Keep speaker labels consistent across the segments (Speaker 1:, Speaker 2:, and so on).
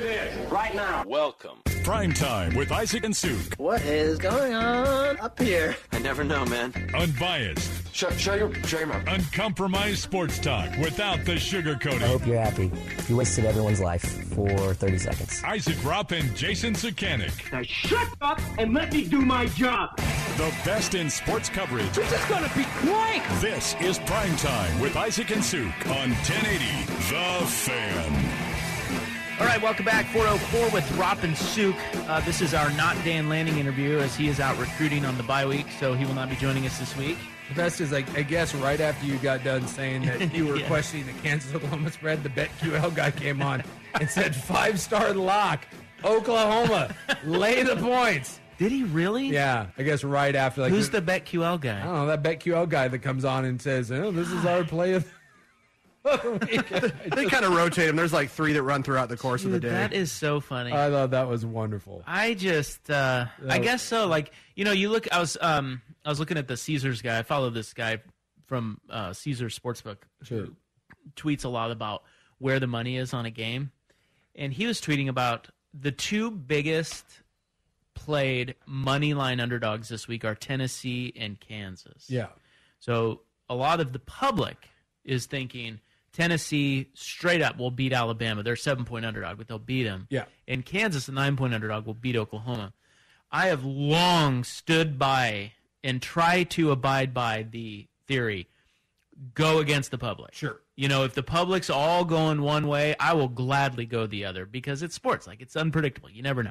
Speaker 1: this, right now. Welcome.
Speaker 2: Prime Time with Isaac and Suk.
Speaker 3: What is going on up here?
Speaker 4: I never know, man.
Speaker 2: Unbiased,
Speaker 5: Shut, shut your, shut your mouth.
Speaker 2: uncompromised sports talk without the
Speaker 6: I
Speaker 2: sugarcoating.
Speaker 6: hope you're happy. You wasted everyone's life for 30 seconds.
Speaker 2: Isaac Rupp and Jason Sukanik.
Speaker 7: Now shut up and let me do my job.
Speaker 2: The best in sports coverage.
Speaker 7: You're just gonna be quiet.
Speaker 2: This is Prime Time with Isaac and Suk on 1080 The Fan.
Speaker 8: All right, welcome back. 404 with Rop and Suk. Uh, this is our not Dan Lanning interview as he is out recruiting on the bye week, so he will not be joining us this week.
Speaker 9: The best is, like, I guess right after you got done saying that you were questioning the Kansas Oklahoma spread, the BetQL guy came on and said five star lock, Oklahoma, lay the points.
Speaker 8: Did he really?
Speaker 9: Yeah, I guess right after, like,
Speaker 8: Who's the BetQL
Speaker 9: I
Speaker 8: guy?
Speaker 9: don't know, that BetQL guy that comes on and says, oh, this is our play of
Speaker 5: They kind of rotate them. There's like three that run throughout the course of
Speaker 8: Dude,
Speaker 5: the day.
Speaker 8: that is so funny.
Speaker 9: I thought that was wonderful.
Speaker 8: I just, uh, I guess so. Like, you know, you look. I was, um, I was looking at the Caesars guy. I follow this guy from uh, Caesars Sportsbook.
Speaker 9: Sure.
Speaker 8: tweets a lot about where the money is on a game. And he was tweeting about the two biggest played money line underdogs this week are Tennessee and Kansas.
Speaker 9: Yeah.
Speaker 8: So a lot of the public is thinking Tennessee straight up will beat Alabama. They're a seven point underdog, but they'll beat them.
Speaker 9: Yeah.
Speaker 8: And Kansas, a nine point underdog, will beat Oklahoma. I have long stood by and tried to abide by the theory go against the public.
Speaker 9: Sure.
Speaker 8: You know, if the public's all going one way, I will gladly go the other because it's sports. Like, it's unpredictable. You never know.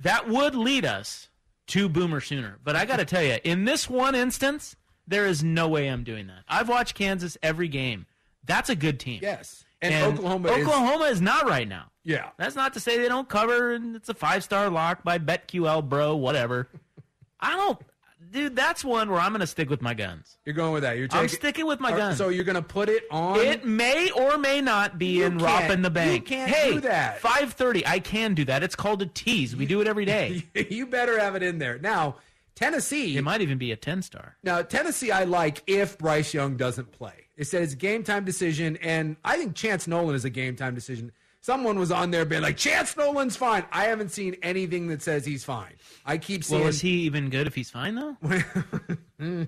Speaker 8: That would lead us to Boomer Sooner. But I got to tell you, in this one instance, there is no way I'm doing that. I've watched Kansas every game. That's a good team.
Speaker 9: Yes. And, Oklahoma, is-
Speaker 8: Oklahoma is not right now.
Speaker 9: yeah.
Speaker 8: That's not to say they don't cover and it's a five star lock by BetQL, bro, whatever. I don't, dude, that's one where I'm going to stick with my guns.
Speaker 9: You're going with that. You're taking,
Speaker 8: I'm sticking with my
Speaker 9: Are-
Speaker 8: guns.
Speaker 9: So you're going to put it on.
Speaker 8: It may or may not be
Speaker 9: You
Speaker 8: in
Speaker 9: can't-
Speaker 8: Rop in the
Speaker 9: you
Speaker 8: Bank.
Speaker 9: can't
Speaker 8: hey,
Speaker 9: do that.
Speaker 8: 5:30. I can do that. It's called a tease. We do it every day.
Speaker 9: you better have it in there. Now, Tennessee.
Speaker 8: It might even be a 10 star.
Speaker 9: Now, Tennessee, I like if Bryce Young doesn't play. It said it's a game time decision, and I think Chance Nolan is a game time decision. Someone was on there being like, Chance Nolan's fine. I haven't seen anything that says he's fine. I keep seeing
Speaker 8: Well, is he even good if he's fine though?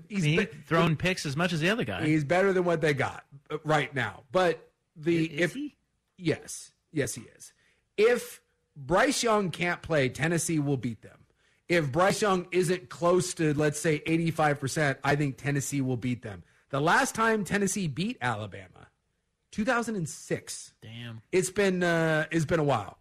Speaker 9: he's,
Speaker 8: He
Speaker 9: be-
Speaker 8: throwing picks as much as the other guy.
Speaker 9: he's better than what they got uh, right now. But the
Speaker 8: is
Speaker 9: if
Speaker 8: he?
Speaker 9: yes, yes he is. If Bryce Young can't play, Tennessee will beat them. If Bryce Young isn't close to let's say 85%, I think Tennessee will beat them. The last time Tennessee beat Alabama, 2006.
Speaker 8: Damn.
Speaker 9: It's been uh, it's been a while.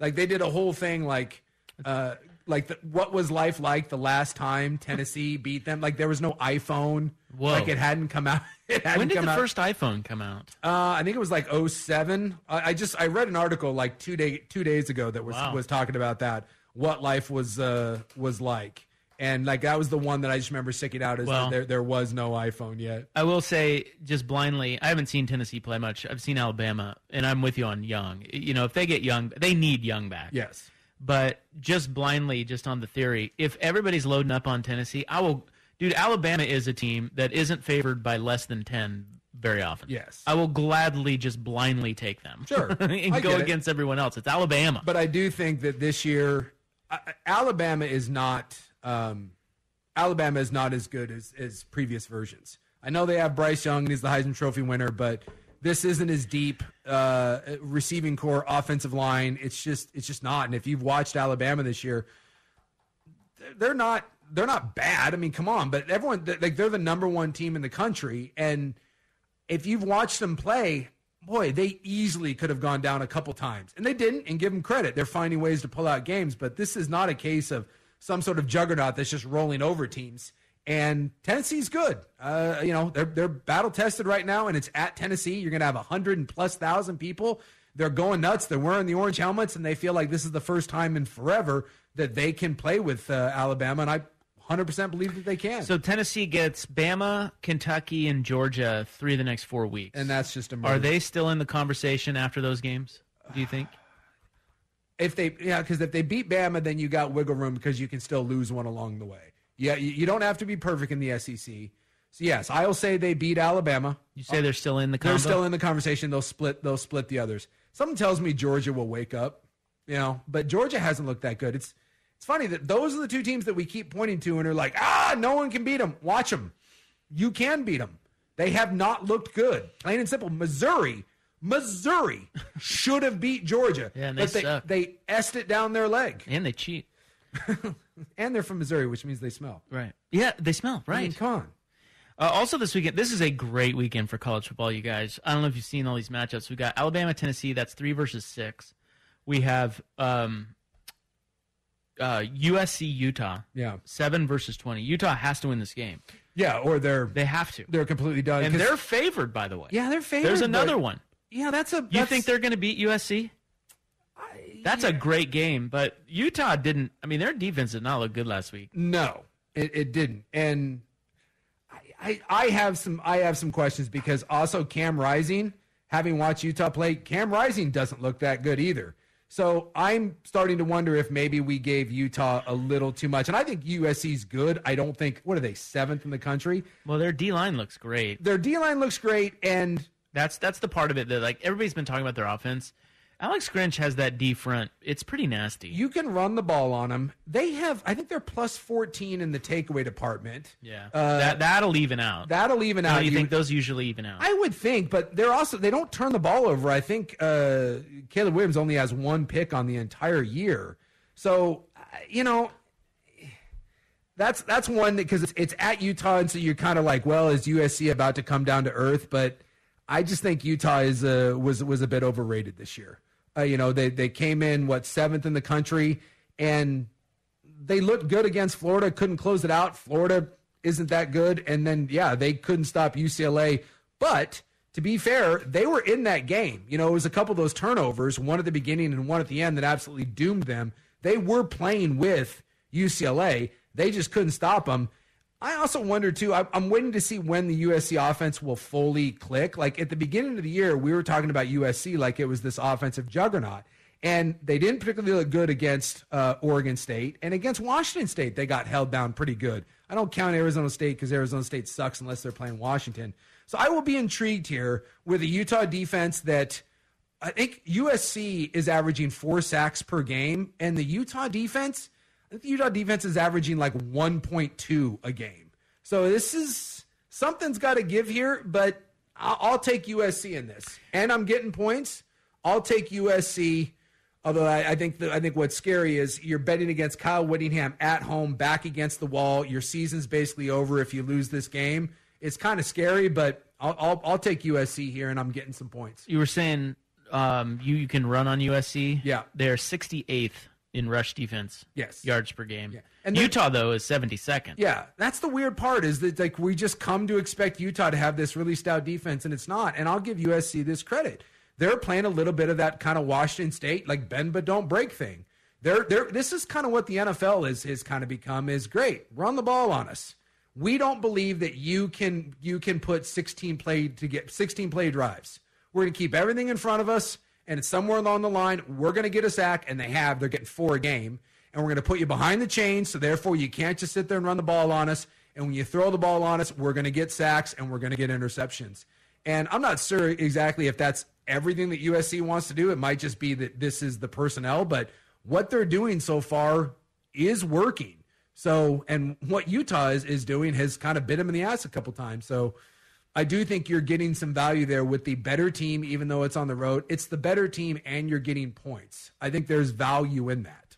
Speaker 9: Like they did a whole thing like uh, like the, what was life like the last time Tennessee beat them? Like there was no iPhone.
Speaker 8: Whoa.
Speaker 9: Like it hadn't come out. It hadn't
Speaker 8: When did
Speaker 9: come
Speaker 8: the
Speaker 9: out.
Speaker 8: first iPhone come out?
Speaker 9: Uh, I think it was like 07. I, I just I read an article like two day two days ago that was
Speaker 8: Wow.
Speaker 9: was talking about that what life was uh, was like, and like that was the one that I just remember sticking out as
Speaker 8: Well.
Speaker 9: there there was no iPhone yet.
Speaker 8: I will say just blindly, I haven't seen Tennessee play much. I've seen Alabama, and I'm with you on Young. You know, if they get Young, they need Young back.
Speaker 9: Yes,
Speaker 8: but just blindly, just on the theory, if everybody's loading up on Tennessee, I will. Dude, Alabama is a team that isn't favored by less than ten very often.
Speaker 9: Yes.
Speaker 8: I will gladly just blindly take them.
Speaker 9: Sure.
Speaker 8: and
Speaker 9: I
Speaker 8: go
Speaker 9: get it.
Speaker 8: against everyone else. It's Alabama.
Speaker 9: but I do think that this year I- I- Alabama is not. Um, Alabama is not as good as, as previous versions. I know they have Bryce Young and he's the Heisman Trophy winner, but this isn't as deep uh, receiving core, offensive line. It's just it's just not. And if you've watched Alabama this year, they're not they're not bad. I mean, come on, but everyone they're- like they're the number one team in the country, and if you've watched them play, boy, they easily could have gone down a couple times, and they didn't. And give them credit, they're finding ways to pull out games. But this is not a case of some sort of juggernaut that's just rolling over teams. And Tennessee's good. Uh, you know, they're they're battle tested right now, and it's at Tennessee. You're going to have a hundred and plus thousand people. They're going nuts. They're wearing the orange helmets, and they feel like this is the first time in forever that they can play with uh, Alabama. And I 100% believe that they can.
Speaker 8: So Tennessee gets Bama, Kentucky, and Georgia through the next four weeks.
Speaker 9: and that's just a murder.
Speaker 8: Are they still in the conversation after those games? Do you think?
Speaker 9: if they yeah because if they beat Bama, then you got wiggle room because you can still lose one along the way. Yeah, you, you don't have to be perfect in the SEC. So yes, I'll say they beat Alabama.
Speaker 8: You say they're still in the
Speaker 9: They're
Speaker 8: combo?
Speaker 9: still in the conversation. They'll split. They'll split the others. Something tells me Georgia will wake up. You know, but Georgia hasn't looked that good. It's it's funny that those are the two teams that we keep pointing to and are like, ah, no one can beat them. Watch them. You can beat them. They have not looked good. Plain and simple. Missouri, Missouri should have beat Georgia.
Speaker 8: Yeah, and
Speaker 9: but
Speaker 8: they suck.
Speaker 9: they est it down their leg.
Speaker 8: And they cheat.
Speaker 9: and they're from Missouri, which means they smell.
Speaker 8: Right. Yeah, they smell.
Speaker 9: I mean,
Speaker 8: Right.
Speaker 9: come on.
Speaker 8: Uh, also, this weekend, this is a great weekend for college football, you guys. I don't know if you've seen all these matchups. We got Alabama, Tennessee. That's three versus six. We have um, uh, USC, Utah.
Speaker 9: Yeah.
Speaker 8: Seven versus twenty. Utah has to win this game.
Speaker 9: Yeah, or they're
Speaker 8: They have to.
Speaker 9: they're completely done.
Speaker 8: And
Speaker 9: 'Cause-
Speaker 8: they're favored, by the way.
Speaker 9: yeah, they're favored.
Speaker 8: There's another
Speaker 9: but-
Speaker 8: one.
Speaker 9: Yeah, that's a.
Speaker 8: You
Speaker 9: that's-
Speaker 8: think they're going to beat USC? That's a great game, but Utah didn't. I mean, their defense did not look good last week.
Speaker 9: No, it, it didn't. And I, I, I have some I have some questions because also Cam Rising, having watched Utah play, Cam Rising doesn't look that good either. So I'm starting to wonder if maybe we gave Utah a little too much. And I think USC's good. I don't think what are they seventh in the country.
Speaker 8: Well, their D line looks great.
Speaker 9: Their D line looks great, and
Speaker 8: That's that's the part of it that like everybody's been talking about their offense. Alex Grinch has that D front. It's pretty nasty.
Speaker 9: you can run the ball on them. They have I think they're plus 14 in the takeaway department.
Speaker 8: yeah,
Speaker 9: uh,
Speaker 8: that that'll even out.
Speaker 9: That'll even
Speaker 8: How
Speaker 9: out.
Speaker 8: do you,
Speaker 9: You-
Speaker 8: think those usually even out?
Speaker 9: I would think, but they're also they don't turn the ball over. I think uh, Caleb Williams only has one pick on the entire year, so uh, you know that's that's one because it's, it's at Utah, and so you're kind of like, well, is USC about to come down to earth? But I just think Utah is uh, was was a bit overrated this year. Uh, you know, they they came in what seventh in the country, and they looked good against Florida, couldn't close it out. Florida isn't that good. And then, yeah, they couldn't stop UCLA. But to be fair, they were in that game. You know, it was a couple of those turnovers, one at the beginning and one at the end, that absolutely doomed them. They were playing with UCLA, they just couldn't stop them. I also wonder too. I- I'm waiting to see when the USC offense will fully click. Like at the beginning of the year, we were talking about USC like it was this offensive juggernaut, and they didn't particularly look good against uh, Oregon State and against Washington State. They got held down pretty good. I don't count Arizona State because Arizona State sucks unless they're playing Washington. So I will be intrigued here with a Utah defense that I think USC is averaging four sacks per game, and the Utah defense, I think the Utah defense is averaging like 1.2 a game. So this is something's got to give here, but I- I'll take USC in this, and I'm getting points. I'll take USC. Although I, I think the, I think what's scary is you're betting against Kyle Whittingham at home, back against the wall. Your season's basically over if you lose this game. It's kind of scary, but I'll, I'll I'll take USC here, and I'm getting some points.
Speaker 8: you were saying um, you you can run on USC.
Speaker 9: Yeah.
Speaker 8: they're 68th in rush defense.
Speaker 9: Yes.
Speaker 8: yards per game.
Speaker 9: And they-
Speaker 8: Utah though is 72nd.
Speaker 9: Yeah, that's the weird part is that like we just come to expect Utah to have this really stout defense, and it's not. And I'll give USC this credit; they're playing a little bit of that kind of Washington State like bend but don't break thing. They're they're this is kind of what the NFL is has kind of become is great. Run the ball on us. We don't believe that you can you can put 16 play to get 16 play drives. We're going to keep everything in front of us, and it's somewhere along the line we're going to get a sack, and they have. They're getting four a game, and we're going to put you behind the chains. So therefore, you can't just sit there and run the ball on us. And when you throw the ball on us, we're going to get sacks and we're going to get interceptions. And I'm not sure exactly if that's everything that USC wants to do. It might just be that this is the personnel, but what they're doing so far is working. So, and what Utah is, is doing has kind of bit him in the ass a couple times. So, I do think you're getting some value there with the better team, even though it's on the road. It's the better team, and you're getting points. I think there's value in that.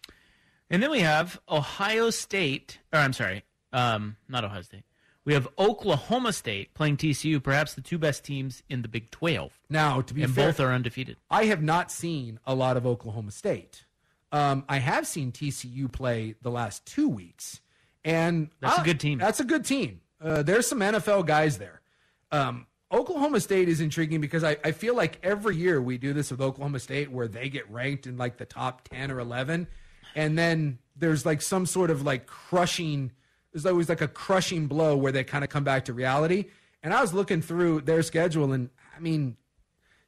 Speaker 8: And then we have Ohio State, or I'm sorry, um, not Ohio State. We have Oklahoma State playing TCU, perhaps the two best teams in the Big 12.
Speaker 9: Now, to be
Speaker 8: and
Speaker 9: fair,
Speaker 8: both are undefeated.
Speaker 9: I have not seen a lot of Oklahoma State. Um, I have seen TCU play the last two weeks, and
Speaker 8: That's a
Speaker 9: I-
Speaker 8: good team.
Speaker 9: That's a good team. Uh, there's some NFL guys there. Um, Oklahoma State is intriguing because I, I feel like every year we do this with Oklahoma State where they get ranked in like the top 10 or 11. And then there's like some sort of like crushing, there's always like a crushing blow where they kind of come back to reality. And I was looking through their schedule and I mean,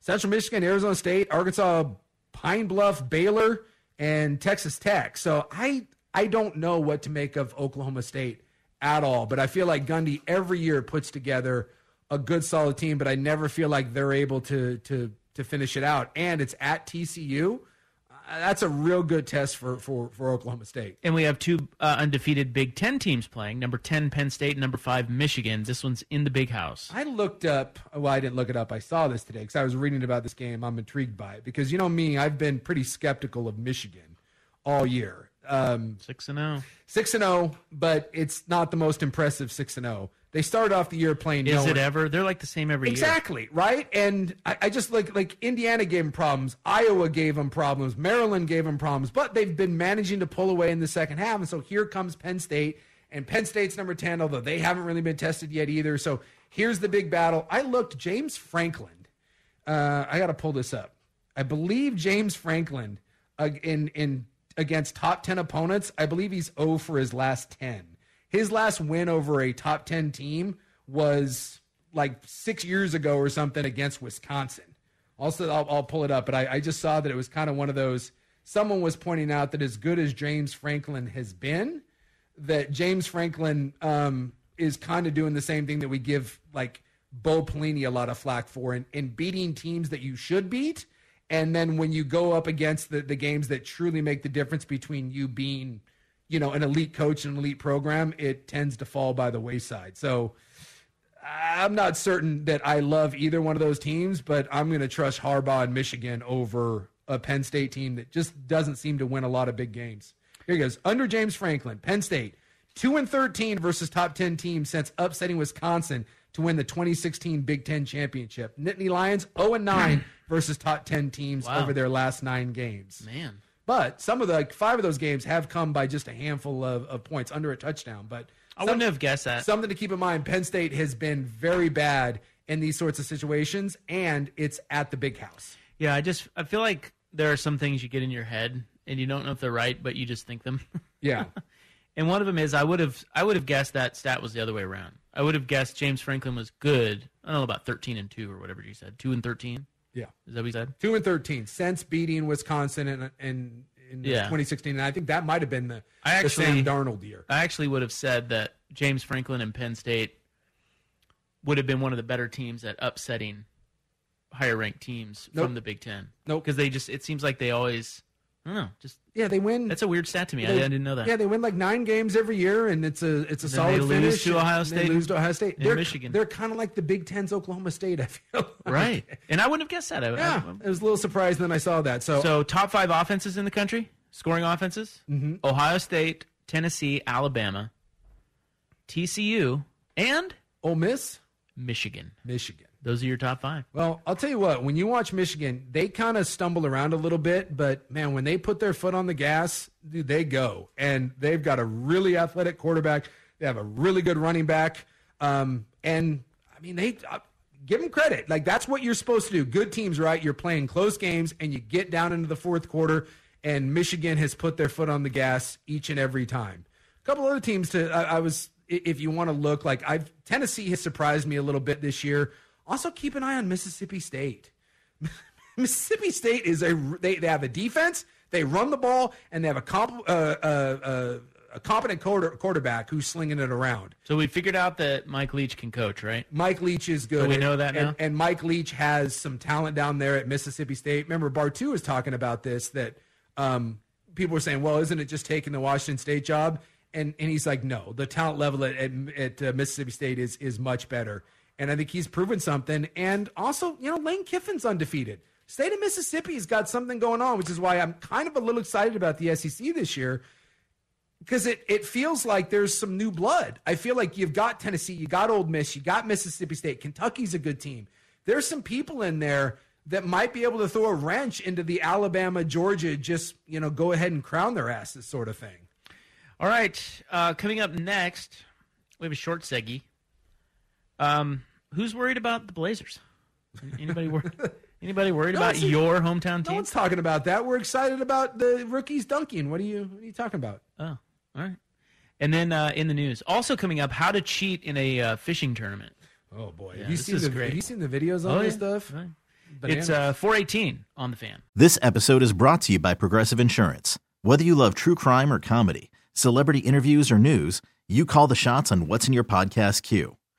Speaker 9: Central Michigan, Arizona State, Arkansas, Pine Bluff, Baylor, and Texas Tech. So I I don't know what to make of Oklahoma State at all, but I feel like Gundy every year puts together a good solid team, but I never feel like they're able to to to finish it out. And it's at TCU. Uh, That's a real good test for for for Oklahoma State.
Speaker 8: And we have two uh, undefeated Big Ten teams playing number 10, Penn State, and number 5, Michigan. This one's in the big house.
Speaker 9: I looked up. Well, I didn't look it up. I saw this today because I was reading about this game. I'm intrigued by it because you know me. I've been pretty skeptical of Michigan all year. Um,
Speaker 8: six and oh. zero,
Speaker 9: six and zero, but it's not the most impressive six and zero. They started off the year playing.
Speaker 8: Is
Speaker 9: no
Speaker 8: it
Speaker 9: one.
Speaker 8: ever? They're like the same every
Speaker 9: Exactly, right? And I, I just like like Indiana gave them problems, Iowa gave them problems, Maryland gave them problems, but they've been managing to pull away in the second half. And so here comes Penn State, and Penn State's number 10, although they haven't really been tested yet either. So here's the big battle. I looked, James Franklin. Uh, I got to pull this up. I believe James Franklin uh, in in against top 10 opponents, I believe he's 0 for his last 10. His last win over a top 10 team was like six years ago or something against Wisconsin. Also, I'll, I'll pull it up, but I, I just saw that it was kind of one of those. Someone was pointing out that as good as James Franklin has been, that James Franklin um, is kind of doing the same thing that we give like Bo Pelini a lot of flack for in, in beating teams that you should beat. And then when you go up against the, the games that truly make the difference between you being, you know, an elite coach and an elite program, it tends to fall by the wayside. So I'm not certain that I love either one of those teams, but I'm going to trust Harbaugh and Michigan over a Penn State team that just doesn't seem to win a lot of big games. Here he goes. Under James Franklin, Penn State, 2 and 13 versus top 10 teams since upsetting Wisconsin to win the 2016 Big 10 championship. Nittany Lions 0 and 9 versus top 10 teams
Speaker 8: Wow.
Speaker 9: over their last 9 games.
Speaker 8: year. Man.
Speaker 9: But some of the like, five of those games have come by just a handful of, of points under a touchdown, but
Speaker 8: I wouldn't have guessed that.
Speaker 9: something to keep in mind Penn State has been very bad in these sorts of situations, and it's at the big house.
Speaker 8: Yeah, I just I feel like there are some things you get in your head and you don't know if they're right, but you just think them.
Speaker 9: Yeah.
Speaker 8: and one of them is I would have I would have guessed that stat was the other way around. I would have guessed James Franklin was good. I don't know about thirteen and two or whatever you said. Two and thirteen.
Speaker 9: Yeah.
Speaker 8: Is that what you said?
Speaker 9: 2 and 13 since beating Wisconsin in, in, in
Speaker 8: Yeah.
Speaker 9: 2016. And I think that might have been the,
Speaker 8: I
Speaker 9: the
Speaker 8: actually-
Speaker 9: Sam Darnold year.
Speaker 8: I actually would have said that James Franklin and Penn State would have been one of the better teams at upsetting higher ranked teams
Speaker 9: Nope.
Speaker 8: from the Big Ten.
Speaker 9: Nope.
Speaker 8: Because they just it seems like they always I don't know, just
Speaker 9: Yeah, they win.
Speaker 8: that's a weird stat to me. I,
Speaker 9: Hmm. they-
Speaker 8: I didn't know that.
Speaker 9: Yeah, they win like nine games every year, and it's a it's a
Speaker 8: Then
Speaker 9: solid
Speaker 8: they lose
Speaker 9: finish.
Speaker 8: to Ohio
Speaker 9: and They
Speaker 8: State
Speaker 9: lose to Ohio State.
Speaker 8: and
Speaker 9: they're,
Speaker 8: Michigan.
Speaker 9: They're kind of like the Big Ten's Oklahoma State. I feel like.
Speaker 8: right. And I wouldn't have guessed that. I, I-
Speaker 9: Yeah, I was a little surprised when I saw that. So,
Speaker 8: So top five offenses in the country, scoring offenses:
Speaker 9: Mm-hmm.
Speaker 8: Ohio State, Tennessee, Alabama, TCU, and
Speaker 9: Ole Miss,
Speaker 8: Michigan.
Speaker 9: Michigan.
Speaker 8: Those are your top five.
Speaker 9: Well, I'll tell you what, when you watch Michigan, they kind of stumble around a little bit, but man, when they put their foot on the gas, dude, they go. And they've got a really athletic quarterback. They have a really good running back. Um, and I mean, they uh, give them credit. Like, that's what you're supposed to do. Good teams, right? You're playing close games and you get down into the fourth quarter, and Michigan has put their foot on the gas each and every time couple other teams to I, I was i- if you want to look like I've Tennessee has surprised me a little bit this year. Also keep an eye on Mississippi State. Mississippi State is a they, they have a defense, they run the ball, and they have a comp, uh, uh, uh, a competent quarter, quarterback who's slinging it around.
Speaker 8: So we figured out that Mike Leach can coach, right?
Speaker 9: Mike Leach is good.
Speaker 8: So we know that
Speaker 9: and,
Speaker 8: now?
Speaker 9: and Mike Leach has some talent down there at Mississippi State. Remember, Bartu was talking about this that um, people were saying, well, isn't it just taking the Washington State job? and and he's like, no, the talent level at at, at uh, Mississippi State is is much better, and I think he's proven something. And also, you know, Lane Kiffin's undefeated. State of Mississippi's got something going on, which is why I'm kind of a little excited about the SEC this year because it it feels like there's some new blood. I feel like you've got Tennessee, you got Old Miss, you got Mississippi State, Kentucky's a good team. There's some people in there that might be able to throw a wrench into the Alabama, Georgia, just you know, go ahead and crown their asses sort of thing.
Speaker 8: All right, uh, coming up next, we have a short seggy. Um, who's worried about the Blazers? Anybody worried? Anybody worried
Speaker 9: No
Speaker 8: about
Speaker 9: one's-
Speaker 8: your hometown
Speaker 9: No
Speaker 8: team?
Speaker 9: one's talking about that. We're excited about the rookies dunking. What are you what are you talking about?
Speaker 8: Oh, all right. And then uh, in the news, also coming up, how to cheat in a uh, fishing tournament.
Speaker 9: Oh boy,
Speaker 8: Yeah,
Speaker 9: have you
Speaker 8: this
Speaker 9: seen
Speaker 8: is
Speaker 9: the
Speaker 8: great.
Speaker 9: have you seen the videos on
Speaker 8: Oh,
Speaker 9: this
Speaker 8: yeah.
Speaker 9: stuff?
Speaker 8: It's uh, 418 on the fan.
Speaker 4: This episode is brought to you by Progressive Insurance. Whether you love true crime or comedy, celebrity interviews or news, you call the shots on what's in your podcast queue.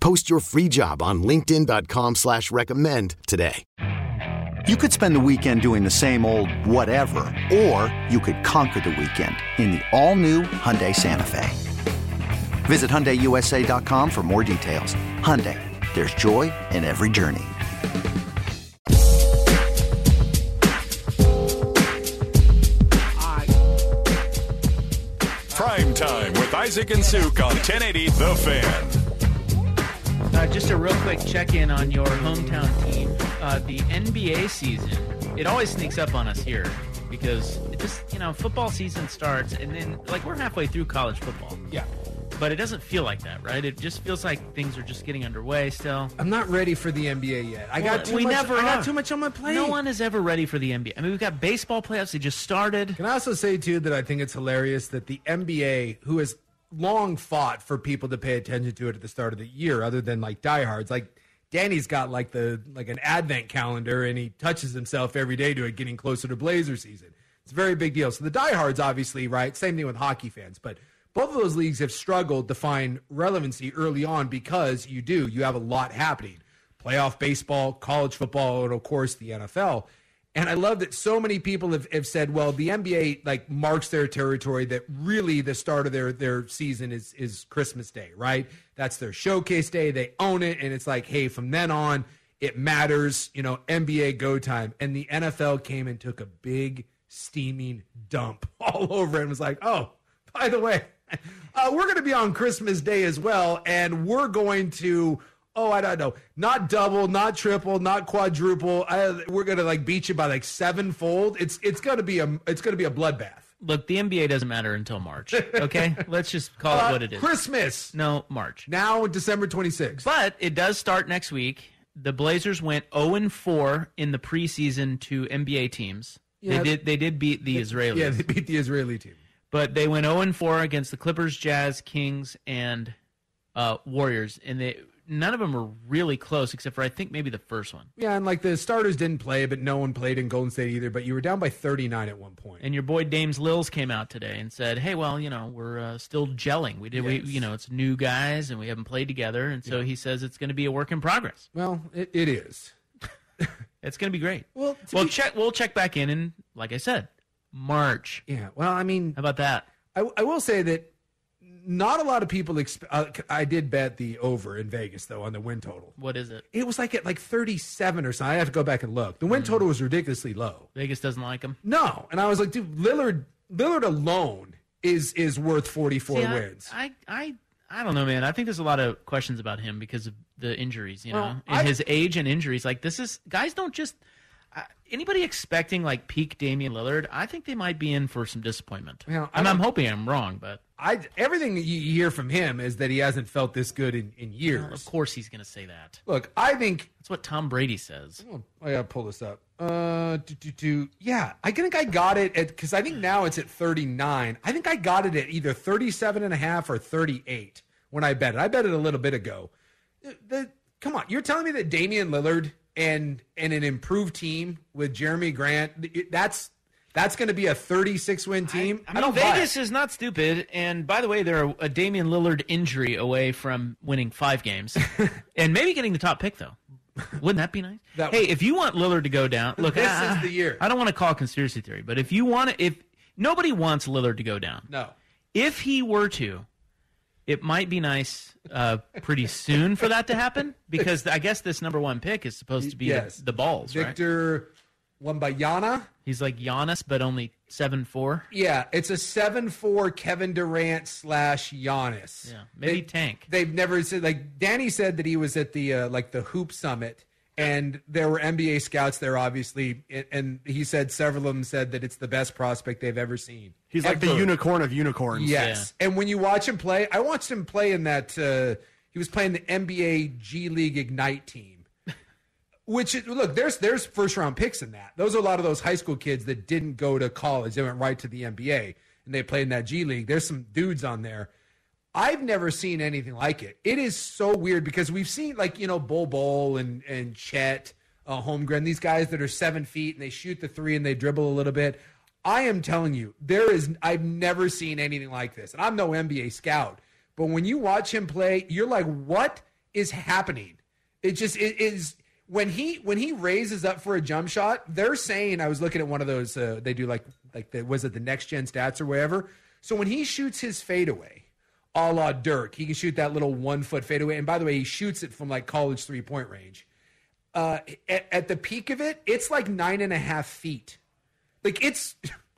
Speaker 10: Post your free job on linkedin.com/recommend slash recommend today.
Speaker 11: You could spend the weekend doing the same old whatever, or you could conquer the weekend in the all-new Hyundai Santa Fe. Visit HyundaiUSA.com for more details. Hyundai, there's joy in every journey.
Speaker 2: Prime time with Isaac and Suk on 1080 The Fan.
Speaker 8: Uh, just a real quick check in on your hometown team. Uh, the NBA season, it always sneaks up on us here because it just, you know, football season starts and then, like, we're halfway through college football.
Speaker 9: Yeah.
Speaker 8: But it doesn't feel like that, right? It just feels like things are just getting underway still.
Speaker 9: I'm not ready for the NBA yet. I
Speaker 8: Well,
Speaker 9: got too
Speaker 8: we
Speaker 9: much,
Speaker 8: never
Speaker 9: I got
Speaker 8: are.
Speaker 9: too much on my plate.
Speaker 8: No one is ever ready for the NBA. I mean, we've got baseball playoffs. They just started.
Speaker 9: Can I also say too that I think it's hilarious that the NBA, who has long fought for people to pay attention to it at the start of the year, other than like diehards, like Danny's got like the like an advent calendar and he touches himself every day to it getting closer to Blazer season. It's a very big deal. So the diehards obviously, right? Same thing with hockey fans, but both of those leagues have struggled to find relevancy early on because you do. You have a lot happening. Playoff baseball, college football, and of course the NFL. And I love that so many people have, have said, well, the NBA like marks their territory that really the start of their their season is is Christmas Day, right? That's their showcase day. They own it. And it's like, hey, from then on, it matters, you know, NBA go time. And the NFL came and took a big steaming dump all over it and was like, oh, by the way, uh, we're going to be on Christmas Day as well, and we're going to. Oh, I don't know. Not double, not triple, not quadruple. I, we're gonna like beat you by like sevenfold. It's it's gonna be a it's gonna be a bloodbath.
Speaker 8: Look, the NBA doesn't matter until March, okay? Let's just call
Speaker 9: Uh,
Speaker 8: it what it is.
Speaker 9: Christmas
Speaker 8: No, March.
Speaker 9: now, December twenty sixth.
Speaker 8: But it does start next week. The Blazers went 0 4 in the preseason to NBA teams.
Speaker 9: Yeah.
Speaker 8: They did they did beat the Israelis.
Speaker 9: Yeah, they beat the Israeli team.
Speaker 8: But they went 0 4 against the Clippers, Jazz, Kings, and uh, Warriors. And they none of them were really close except for I think maybe the first one.
Speaker 9: Yeah, and like the starters didn't play, but no one played in Golden State either. But you were down by thirty nine at one point.
Speaker 8: And your boy Dames Lills came out today and said, "Hey, well, you know, we're uh, still gelling. We did,
Speaker 9: Yes.
Speaker 8: we, you know, it's new guys and we haven't played together, and so he says it's going to be a work in progress.
Speaker 9: Well, it, it is.
Speaker 8: It's going to be great.
Speaker 9: Well, to
Speaker 8: we'll
Speaker 9: be-
Speaker 8: check. We'll check back in, and like I said, March.
Speaker 9: Yeah. Well, I mean,
Speaker 8: How about that?
Speaker 9: I, I will say that not a lot of people. Exp- uh, I did bet the over in Vegas though on the win total.
Speaker 8: What is it?
Speaker 9: It was like at like 37 or something. I have to go back and look. The win total was ridiculously low.
Speaker 8: Vegas doesn't like him.
Speaker 9: No, and I was like, dude, Lillard, Lillard alone is is worth 44
Speaker 8: See, I-
Speaker 9: wins.
Speaker 8: I, I, I don't know, man. I think there's a lot of questions about him because of the injuries, you
Speaker 9: Well,
Speaker 8: know, and
Speaker 9: I-
Speaker 8: his age and injuries. Like this is guys don't just. I- anybody expecting like peak Damian Lillard, I think they might be in for some disappointment.
Speaker 9: Well, I
Speaker 8: I'm, I'm
Speaker 9: don't-
Speaker 8: hoping I'm wrong, but
Speaker 9: I everything that you hear from him is that he hasn't felt this good in, in years.
Speaker 8: of course he's going to say that.
Speaker 9: Look, I think
Speaker 8: that's what Tom Brady says.
Speaker 9: I gotta pull this up. Uh, do, do, do. yeah, I think I got it at because I think now it's at 39. I think I got it at either 37 and a half or 38 when I bet it. I bet it a little bit ago. The- the- come on, you're telling me that Damian Lillard and and an improved team with Jeremy Grant it- that's that's going to be a 36 win team.
Speaker 8: I mean,
Speaker 9: don't buy
Speaker 8: Vegas is not stupid. And by the way, they're a Damian Lillard injury away from winning five games and maybe getting the top pick, though. Wouldn't that be nice?
Speaker 9: That
Speaker 8: hey,
Speaker 9: would-
Speaker 8: if you want Lillard to go down, look,
Speaker 9: This
Speaker 8: I-
Speaker 9: is the year.
Speaker 8: I don't want to call it conspiracy theory, but if you want to, if nobody wants Lillard to go down,
Speaker 9: it. No,
Speaker 8: if he were to, it might be nice uh, pretty soon for that to happen because I guess this number one pick is supposed to be the-
Speaker 9: Yes.
Speaker 8: the, balls, right?
Speaker 9: Victor Wambayana.
Speaker 8: He's like Giannis, but only seven four.
Speaker 9: Yeah, it's a seven four Kevin Durant slash Giannis.
Speaker 8: Yeah, maybe
Speaker 9: They-
Speaker 8: tank.
Speaker 9: They've never said like Danny said that he was at the uh, like the hoop summit, and there were NBA scouts there, obviously, and, and he said several of them said that it's the best prospect they've ever seen.
Speaker 5: He's like the
Speaker 9: Ever.
Speaker 5: unicorn of unicorns.
Speaker 9: Yes, and when you watch him play, I watched him play in that. Uh, he was playing the NBA G League Ignite team, which is, look there's there's first round picks in that. Those are a lot of those high school kids that didn't go to college; they went right to the NBA and they played in that G League. There's some dudes on there. I've never seen anything like it. It is so weird because we've seen like you know Bull Bull and and Chet uh, Holmgren, these guys that are seven feet and they shoot the three and they dribble a little bit. I am telling you, there is I've never seen anything like this, and I'm no NBA scout, but when you watch him play, you're like, what is happening? It just it is when he when he raises up for a jump shot. They're saying I was looking at one of those uh, they do like like the was it the next gen stats or whatever. So when he shoots his fadeaway, a la Dirk. He can shoot that little one foot fadeaway. And by the way, he shoots it from like college three point range. Uh, at, at the peak of it, it's like nine and a half feet. Like it's,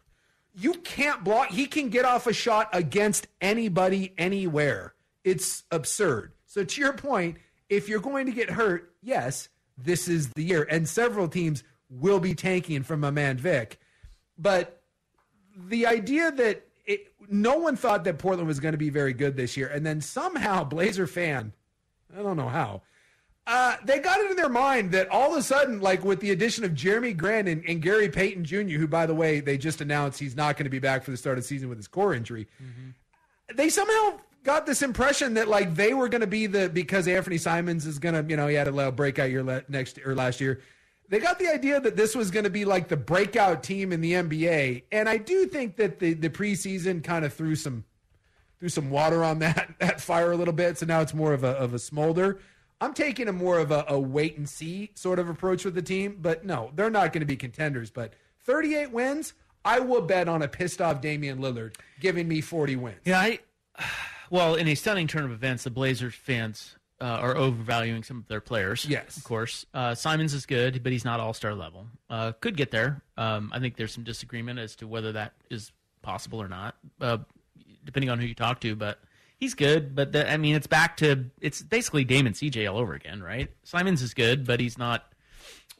Speaker 9: you can't block. He can get off a shot against anybody, anywhere. It's absurd. So to your point, if you're going to get hurt, yes, this is the year. And several teams will be tanking from a man Vic. But the idea that it, no one thought that Portland was going to be very good this year, and then somehow Blazer fan, I don't know how, uh, they got it in their mind that all of a sudden, like with the addition of Jeremy Grant and, and Gary Payton Jr., who by the way they just announced he's not going to be back for the start of the season with his core injury, they somehow got this impression that like they were going to be the because Anthony Simons is going to you know he had a little breakout year le- next or last year. They got the idea that this was going to be like the breakout team in the NBA, and I do think that the the preseason kind of threw some threw some water on that that fire a little bit. So now it's more of a of a smolder. I'm taking a more of a, a wait and see sort of approach with the team, but no, they're not going to be contenders. But 38 wins, I will bet on a pissed off Damian Lillard giving me 40 wins.
Speaker 8: Yeah, I. Well, in a stunning turn of events, the Blazers fans uh, are overvaluing some of their players.
Speaker 9: Yes.
Speaker 8: of course. Uh, Simons is good, but he's not all star level. Uh, could get there. Um, I think there's some disagreement as to whether that is possible or not, uh, depending on who you talk to. But he's good. But the, I mean, it's back to it's basically Damon CJ all over again, right? Simons is good, but he's not.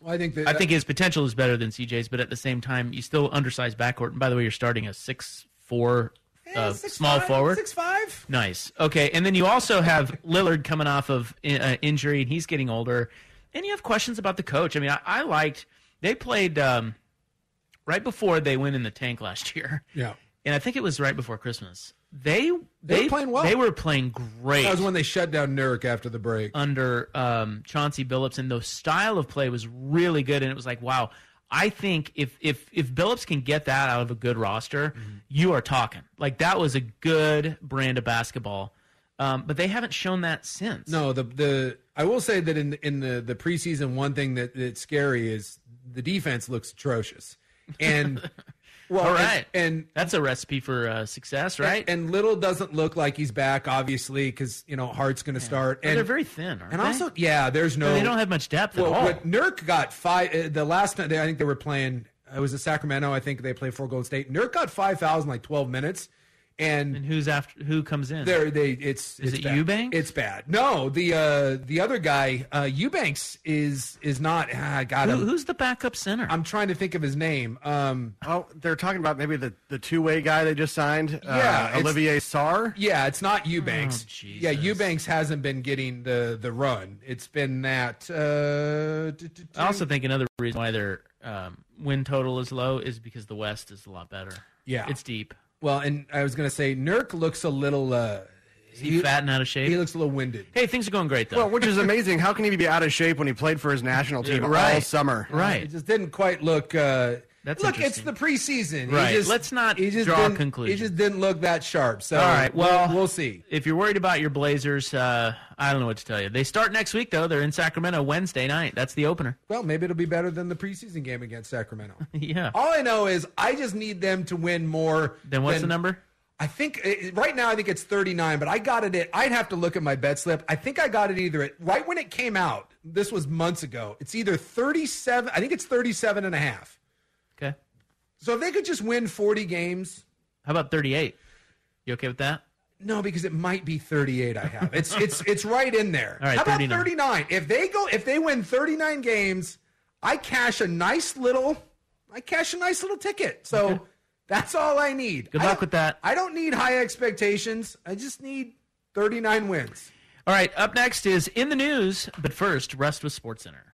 Speaker 9: Well, I think that,
Speaker 8: I think his potential is better than CJ's, but at the same time, you still undersized backcourt. And by the way, you're starting a six four uh, small forward.
Speaker 9: Eh, six five.
Speaker 8: Nice. Okay, and then you also have Lillard coming off of i- uh, injury, and he's getting older. And you have questions about the coach. I mean, I, I liked they played um, right before they went in the tank last year,
Speaker 9: Yeah,
Speaker 8: and I think it was right before Christmas. They
Speaker 9: They
Speaker 8: they,
Speaker 9: were playing well.
Speaker 8: They were playing great
Speaker 9: that was when they shut down Nurk after the break.
Speaker 8: under um, Chauncey Billups, and the style of play was really good. And it was like, wow, I think if if if Billups can get that out of a good roster,
Speaker 9: Mm-hmm.
Speaker 8: you are talking. Like that was a good brand of basketball, um, but they haven't shown that since.
Speaker 9: No, the the I will say that in in the the preseason, one thing that that's scary is the defense looks atrocious, and well,
Speaker 8: All right.
Speaker 9: and, and
Speaker 8: That's a recipe for uh, success, right?
Speaker 9: And, Little doesn't look like he's back, obviously, because you know Hart's going to start.
Speaker 8: And
Speaker 9: And
Speaker 8: they're very thin, aren't
Speaker 9: and
Speaker 8: they?
Speaker 9: also, yeah, there's no.
Speaker 8: they don't have much depth
Speaker 9: Well,
Speaker 8: at all.
Speaker 9: when Nurk got five. Uh, the last night, they- I think they were playing. It was at Sacramento. I think they played for Golden State. Nurk got five thousand like twelve minutes, And,
Speaker 8: and who's after who comes in?
Speaker 9: There, they it's
Speaker 8: is
Speaker 9: it's
Speaker 8: it
Speaker 9: bad.
Speaker 8: Eubanks?
Speaker 9: It's bad. No, the uh the other guy, uh Eubanks is is not. Ah, God,
Speaker 8: Who-
Speaker 9: I'm-
Speaker 8: who's the backup center?
Speaker 9: I'm trying to think of his name. Um,
Speaker 5: oh, they're talking about maybe the, the two way guy they just signed.
Speaker 9: Yeah,
Speaker 5: uh,
Speaker 9: it's-
Speaker 5: Olivier Sarr.
Speaker 9: Yeah, it's not Eubanks.
Speaker 8: Oh,
Speaker 9: yeah, Eubanks hasn't been getting the the run. It's been that. Uh, d- d-
Speaker 8: I also think another reason why their um, win total is low is because the West is a lot better.
Speaker 9: Yeah.
Speaker 8: it's deep.
Speaker 9: well, and I was gonna say Nurk looks a little. Uh,
Speaker 8: Is he, fat and out of shape?
Speaker 9: He looks a little winded.
Speaker 8: Hey, things are going great though.
Speaker 5: Well, which is amazing. How can he be out of shape when he played for his national team
Speaker 8: Yeah,
Speaker 5: all
Speaker 8: right.
Speaker 5: summer?
Speaker 8: Right.
Speaker 9: It just didn't quite look. Uh,
Speaker 8: That's
Speaker 9: look, it's
Speaker 8: interesting.
Speaker 9: the preseason. He
Speaker 8: Right.
Speaker 9: just-
Speaker 8: Let's not
Speaker 9: he just
Speaker 8: draw
Speaker 9: didn't-
Speaker 8: conclusions.
Speaker 9: He just didn't look that sharp. So
Speaker 8: All right, well-
Speaker 9: we'll see.
Speaker 8: if you're worried about your Blazers, uh, I don't know what to tell you. They start next week though. They're in Sacramento Wednesday night. That's the opener.
Speaker 9: Well, maybe it'll be better than the preseason game against Sacramento.
Speaker 8: yeah.
Speaker 9: All I know is I just need them to win more.
Speaker 8: Then what's the
Speaker 9: than-
Speaker 8: number?
Speaker 9: I think it- it- right now I think it's 39, but I got it at I'd have to look at my bet slip. I think I got it either at right when it came out. This was months ago. It's either 37, I think it's 37 and a half.
Speaker 8: Okay.
Speaker 9: So if they could just win 40 games,
Speaker 8: How about 38? You okay with that?
Speaker 9: no, because it might be 38 I have. It's it's it's right in there.
Speaker 8: All right,
Speaker 9: How about
Speaker 8: 39?
Speaker 9: 39? If they go if they win 39 games, I cash a nice little I cash a nice little ticket. So that's all I need.
Speaker 8: Good
Speaker 9: I
Speaker 8: luck
Speaker 9: don't-
Speaker 8: with that.
Speaker 9: I don't need high expectations. I just need 39 wins.
Speaker 8: All right. Up next is in the news, but first, Rust with Sports Center.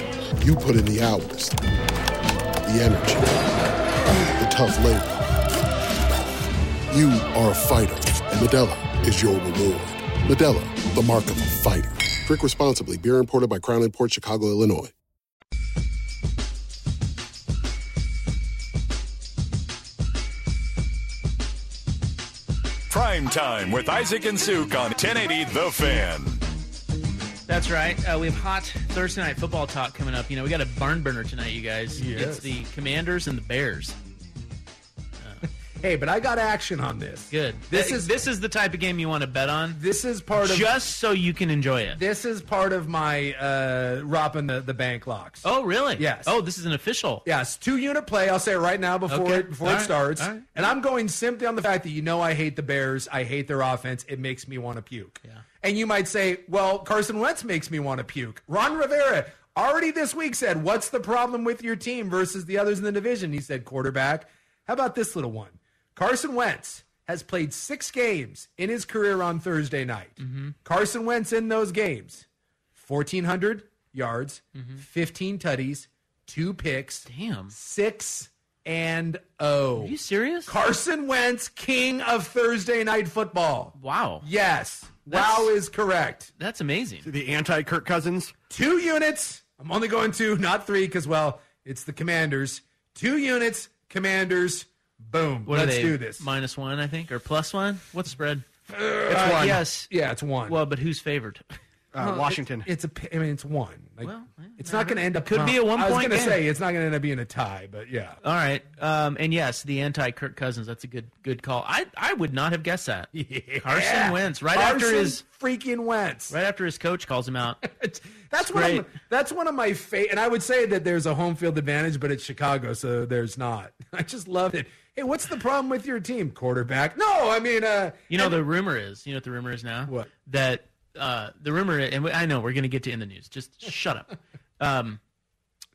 Speaker 12: You put in the hours, the energy, the tough labor. You are a fighter, and Medella is your reward. Medella, the mark of a fighter. Drink responsibly. Beer imported by Crown Port Chicago, Illinois.
Speaker 2: Prime time with Isaac and Suk on 1080 The Fan.
Speaker 8: That's right. Uh, we have hot Thursday night football talk coming up. You know, we got a barn burner tonight, you guys.
Speaker 9: Yes.
Speaker 8: It's the Commanders and the Bears.
Speaker 9: Hey, but I got action on this.
Speaker 8: Good.
Speaker 9: This
Speaker 8: Th-
Speaker 9: is-
Speaker 8: this is the type of game you want to bet on.
Speaker 9: This is part of
Speaker 8: just so you can enjoy it.
Speaker 9: This is part of my uh robbing the, the bank locks.
Speaker 8: Oh, really?
Speaker 9: Yes.
Speaker 8: Oh, this is an official.
Speaker 9: Yes, two unit play. I'll say it right now before
Speaker 8: Okay.
Speaker 9: it before
Speaker 8: All
Speaker 9: it
Speaker 8: right.
Speaker 9: starts.
Speaker 8: All right.
Speaker 9: And I'm going simply on the fact that you know I hate the Bears. I hate their offense. It makes me want to puke. Yeah. And you might say, well, Carson Wentz makes me want to puke. Ron Rivera already this week said, "What's the problem with your team versus the others in the division?" He said, "Quarterback." How about this little one? Carson Wentz has played six games in his career on Thursday night.
Speaker 8: Mm-hmm.
Speaker 9: Carson Wentz in those games, fourteen hundred yards, fifteen tutties, two picks,
Speaker 8: Mm-hmm. damn,
Speaker 9: six and oh. Are you
Speaker 8: serious?
Speaker 9: Carson Wentz, king of Thursday night football.
Speaker 8: Wow.
Speaker 9: Yes,
Speaker 8: That's-
Speaker 9: wow is correct.
Speaker 8: That's amazing.
Speaker 5: The anti Kirk Cousins.
Speaker 9: Two units. I'm only going two, not three, because well, it's the Commanders. Two units, Commanders. Boom.
Speaker 8: What
Speaker 9: Let's
Speaker 8: are they,
Speaker 9: do this.
Speaker 8: Minus one, I think, or plus one. What's spread?
Speaker 9: It's one.
Speaker 8: Yes.
Speaker 9: Yeah, it's one.
Speaker 8: Well, but who's favored?
Speaker 9: Well, it- it's a. p- I mean, it's one. Like, it's not going to end up.
Speaker 8: Could be a one
Speaker 9: I was
Speaker 8: point
Speaker 9: gonna
Speaker 8: game.
Speaker 9: say it's not going to end up being a tie, but yeah.
Speaker 8: All right. Um, and yes, the anti Kirk Cousins. That's a good good call. I I would not have guessed that. Carson Wentz right after
Speaker 9: Carson
Speaker 8: his
Speaker 9: freaking Wentz.
Speaker 8: right after his coach calls him out.
Speaker 9: That's one. Of, that's one of my favorite. And I would say that there's a home field advantage, but it's Chicago, so there's not. I just love it. Hey, what's the problem with your team, quarterback? No, I mean, uh,
Speaker 8: You know the rumor is. You know what the rumor is now. What that uh, the rumor and I know we're going to get to in the news. Just shut up. Um,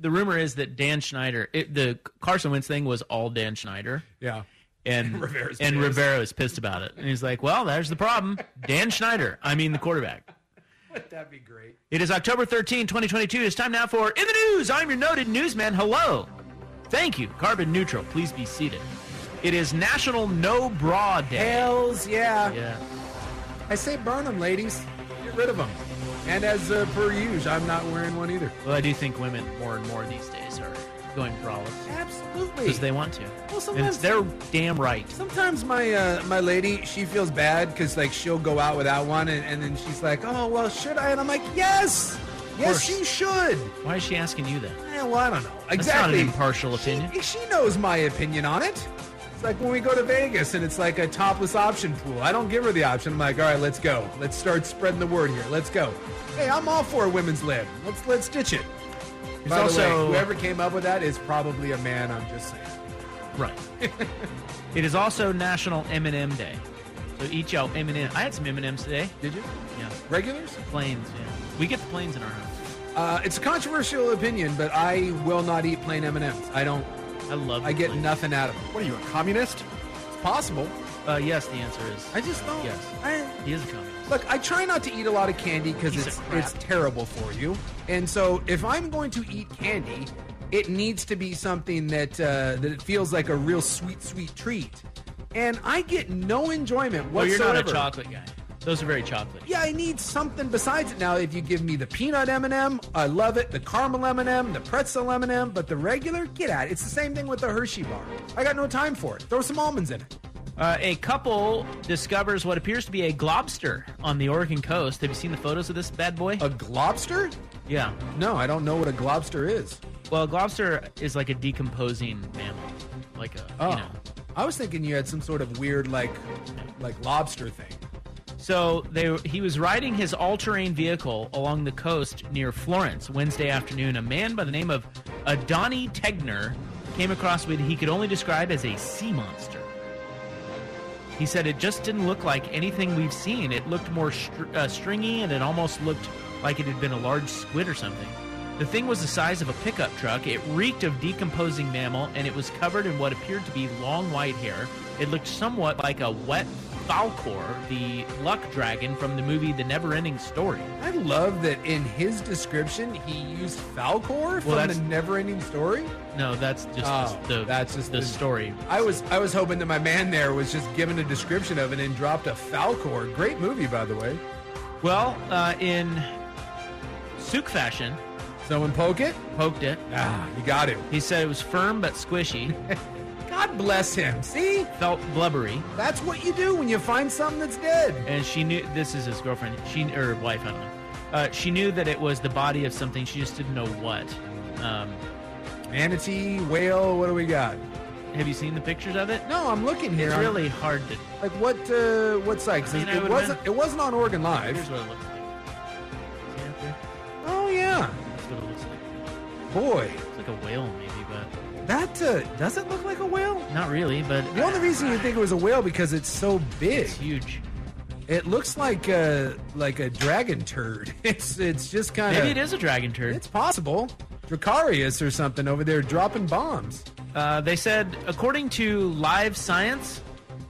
Speaker 8: the rumor is that Dan Schneider, it, the Carson Wentz thing was all Dan Schneider.
Speaker 9: yeah.
Speaker 8: and
Speaker 9: Rivera's
Speaker 8: and
Speaker 9: pissed.
Speaker 8: Rivera is pissed about it. And he's like, "Well, there's the problem. Dan Schneider, I mean the quarterback."
Speaker 9: Wouldn't that be great?
Speaker 8: It is October 13, 2022. It's time now for In the News. I'm your noted newsman. Hello. Thank you. Carbon neutral. Please be seated. It is National No Bra Day.
Speaker 9: Hells yeah.
Speaker 8: Yeah.
Speaker 9: I say burn them, ladies. Get rid of them. And as uh, per usual, I'm not wearing one either.
Speaker 8: Well, I do think women more and more these days are going braless
Speaker 9: Absolutely.
Speaker 8: because they want to.
Speaker 9: Well,
Speaker 8: and it's
Speaker 9: sometimes-
Speaker 8: their damn right.
Speaker 9: Sometimes my uh, my lady she feels bad because like she'll go out without one and, and then she's like, oh well, should I? And I'm like, yes, yes,
Speaker 8: course.
Speaker 9: you should.
Speaker 8: Why is she asking you that?
Speaker 9: Eh, well, I don't know exactly.
Speaker 8: That's not an impartial opinion.
Speaker 9: She- She knows my opinion on it. It's like when we go to Vegas and it's like a topless option pool. I don't give her the option. I'm like, all right, let's go. Let's start spreading the word here. Let's go. Hey, I'm all for women's lib. Let's let's ditch it.
Speaker 8: There's
Speaker 9: By the
Speaker 8: also-
Speaker 9: way, whoever came up with that is probably a man. I'm just saying.
Speaker 8: Right. it is also National M&M Day. So eat y'all M&M. I had some M&Ms today.
Speaker 9: Did you?
Speaker 8: Yeah.
Speaker 9: Regulars?
Speaker 8: Planes, yeah. We get the planes in our house.
Speaker 9: Uh, it's a controversial opinion, but I will not eat plain M and M's. I don't.
Speaker 8: I love.
Speaker 9: I get nothing out of them. What are you, a communist? It's possible.
Speaker 8: Uh, yes, the answer is.
Speaker 9: I just don't.
Speaker 8: Yes.
Speaker 9: I-
Speaker 8: He is a communist.
Speaker 9: Look, I try not to eat a lot of candy because
Speaker 8: Piece of
Speaker 9: it's
Speaker 8: crap.
Speaker 9: it's terrible for you. And so, if I'm going to eat candy, it needs to be something that uh, that it feels like a real sweet, sweet treat. And I get no enjoyment
Speaker 8: Well, you're
Speaker 9: whatsoever.
Speaker 8: not a chocolate guy. Those are very chocolate.
Speaker 9: Yeah, I need something besides it. Now, if you give me the peanut M&M, I love it. The caramel M&M, the pretzel M&M, but the regular, get at it. It's the same thing with the Hershey bar. I got no time for it. Throw some almonds in it.
Speaker 8: Uh, a couple discovers what appears to be a globster on the Oregon coast. Have you seen the photos of this bad boy?
Speaker 9: A globster?
Speaker 8: yeah.
Speaker 9: No, I don't know what a globster is.
Speaker 8: Well, a globster is like a decomposing mammal, like a
Speaker 9: Oh,
Speaker 8: you know.
Speaker 9: I was thinking you had some sort of weird like like lobster thing.
Speaker 8: So they he was riding his all-terrain vehicle along the coast near Florence Wednesday afternoon. A man by the name of Adani Tegner came across what he could only describe as a sea monster. He said it just didn't look like anything we've seen. It looked more str- uh, stringy, and it almost looked like it had been a large squid or something. The thing was the size of a pickup truck. It reeked of decomposing mammal, and it was covered in what appeared to be long white hair. It looked somewhat like a wet Falcor, the luck dragon from the movie The Neverending Story.
Speaker 9: I love that in his description he used Falcor
Speaker 8: Well,
Speaker 9: from
Speaker 8: that's-
Speaker 9: the Neverending Story.
Speaker 8: No, that's just
Speaker 9: Oh,
Speaker 8: the,
Speaker 9: that's just
Speaker 8: the,
Speaker 9: the-
Speaker 8: story.
Speaker 9: I was I was hoping that my man there was just given a description of it and dropped a Falcor. Great movie, by the way.
Speaker 8: Well, uh, in souk fashion,
Speaker 9: Someone poke it?
Speaker 8: poked it.
Speaker 9: Ah, you got it.
Speaker 8: He said it was firm but squishy,
Speaker 9: God bless him. See,
Speaker 8: felt blubbery.
Speaker 9: that's what you do when you find something that's dead.
Speaker 8: and she knew this is his girlfriend. She or wife, I don't know. Uh, she knew that it was the body of something. She just didn't know what. Um,
Speaker 9: Manatee, whale. What do we got?
Speaker 8: have you seen the pictures of it?
Speaker 9: No, I'm looking here.
Speaker 8: It's
Speaker 9: I'm-
Speaker 8: really hard to.
Speaker 9: like what? Uh, what site? 'Cause
Speaker 8: I mean, I
Speaker 9: it,
Speaker 8: would
Speaker 9: wasn't.
Speaker 8: imagine-
Speaker 9: It wasn't on Oregon Live.
Speaker 8: Here's what it looks like. See it up there?
Speaker 9: Oh yeah,
Speaker 8: That's what it looks like.
Speaker 9: boy,
Speaker 8: It's like a whale, maybe, but
Speaker 9: that uh, doesn't look like a whale.
Speaker 8: not really. But
Speaker 9: The only reason you think it was a whale because it's so big.
Speaker 8: it's huge.
Speaker 9: It looks like a like a dragon turd. It's it's just kind of
Speaker 8: Maybe it is a dragon turd.
Speaker 9: It's possible. Dracarius or something over there dropping bombs.
Speaker 8: Uh, they said, according to Live Science,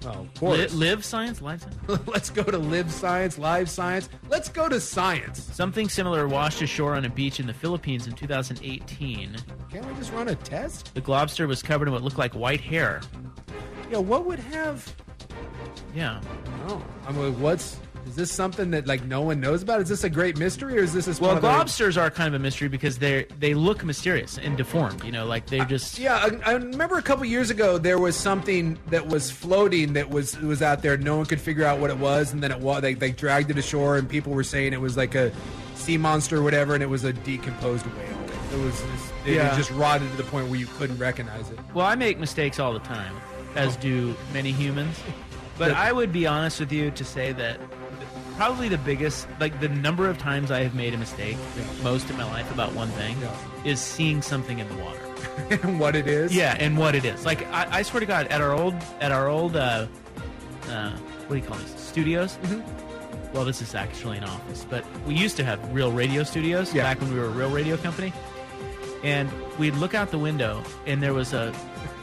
Speaker 9: Oh, of
Speaker 8: li-
Speaker 9: course.
Speaker 8: Live Science, Live Science.
Speaker 9: Let's go to live science, live science. Let's go to science.
Speaker 8: Something similar washed ashore on a beach in the Philippines in 2018.
Speaker 9: Can't we just run a test?
Speaker 8: The globster was covered in what looked like white hair.
Speaker 9: Yeah, what would have?
Speaker 8: Yeah.
Speaker 9: Oh, I mean, what's Is this something that like no one knows about? Is this a great mystery, or is this just
Speaker 8: Well,
Speaker 9: one of their-
Speaker 8: lobsters are kind of a mystery because they they look mysterious and deformed. You know, like they're just
Speaker 9: Uh, Yeah, I, I remember a couple years ago there was something that was floating that was was out there. No one could figure out what it was, and then it was they, they dragged it ashore, and people were saying it was like a sea monster or whatever, and it was a decomposed whale. It was just, it
Speaker 8: Yeah.
Speaker 9: just rotted to the point where you couldn't recognize it.
Speaker 8: Well, I make mistakes all the time, as do many humans. But I would be honest with you to say that probably the biggest, like the number of times I have made a mistake, the most in my life about one thing, is seeing something in the water.
Speaker 9: and what it is?
Speaker 8: Yeah, and what it is. Like I, I swear to God, at our old, at our old, uh, uh, what do you call this? Studios.
Speaker 9: Mm-hmm.
Speaker 8: Well, this is actually an office, but we used to have real radio studios back when we were a real radio company, and we'd look out the window, and there was a,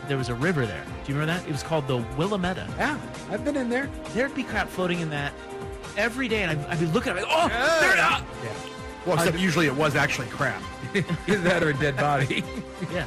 Speaker 8: there was a river there. Do you remember that? It was called the Willamette.
Speaker 9: Yeah, I've been in there.
Speaker 8: There'd be crap floating in that every day, and I'd, I'd be looking at it, like, oh, there it
Speaker 9: ah!
Speaker 8: is.
Speaker 5: Well, except
Speaker 8: I'd-
Speaker 5: usually it was actually crap.
Speaker 9: Either that or a dead body.
Speaker 8: Yeah.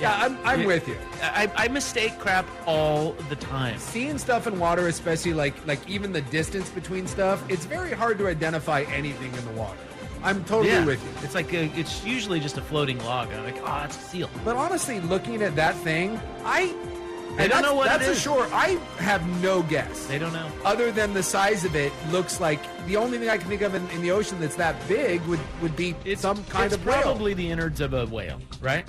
Speaker 9: Yeah, I'm, I'm
Speaker 8: Yeah.
Speaker 9: with you.
Speaker 8: I, I mistake crap all the time.
Speaker 9: Seeing stuff in water, especially like like even the distance between stuff, it's very hard to identify anything in the water. I'm totally
Speaker 8: Yeah.
Speaker 9: with you.
Speaker 8: It's like a, it's usually just a floating log. I'm like, oh, it's a seal.
Speaker 9: But honestly, looking at that thing, I
Speaker 8: They
Speaker 9: and
Speaker 8: don't
Speaker 9: that's,
Speaker 8: know what it
Speaker 9: that's
Speaker 8: is.
Speaker 9: for sure. I have no guess. They
Speaker 8: don't know.
Speaker 9: Other than the size of it, looks like the only thing I can think of in, in the ocean that's that big would would be some kind
Speaker 8: it's
Speaker 9: of whale.
Speaker 8: probably the innards of a whale, right?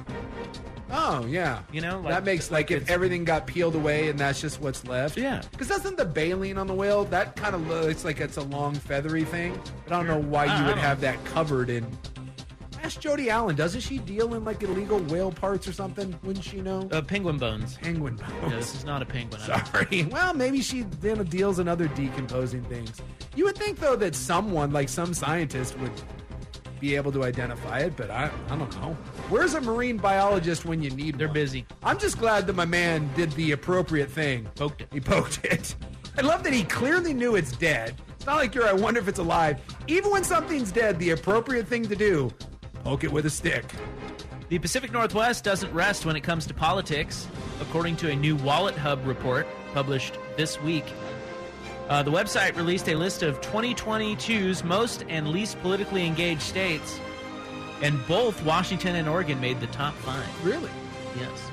Speaker 9: Oh yeah,
Speaker 8: You know, like-
Speaker 9: that makes like if everything got peeled away and that's just what's left.
Speaker 8: Yeah.
Speaker 9: because doesn't the baleen on the whale that kind of looks like it's a long feathery thing? I don't know why
Speaker 8: I-
Speaker 9: you
Speaker 8: I
Speaker 9: would
Speaker 8: don't-
Speaker 9: have that covered in. Ask Jody Allen. Doesn't she deal in like illegal whale parts or something? Wouldn't she know?
Speaker 8: Uh, penguin bones.
Speaker 9: Penguin bones.
Speaker 8: No, this is not a penguin. I don't-
Speaker 9: Sorry. Well, maybe she then deals in other decomposing things. You would think though that someone, like some scientist, would be able to identify it, but I, I don't know. Where's a marine biologist when you need? They're
Speaker 8: busy.
Speaker 9: I'm just glad that my man did the appropriate thing.
Speaker 8: Poked it.
Speaker 9: He poked it. I love that he clearly knew it's dead. It's not like you're. I wonder if it's alive. Even when something's dead, the appropriate thing to do, poke it with a stick.
Speaker 8: The Pacific Northwest doesn't rest when it comes to politics, according to a new Wallet Hub report published this week. Uh, the website released a list of 2022's most and least politically engaged states, and both Washington and Oregon made the top five.
Speaker 9: Really?
Speaker 8: Yes.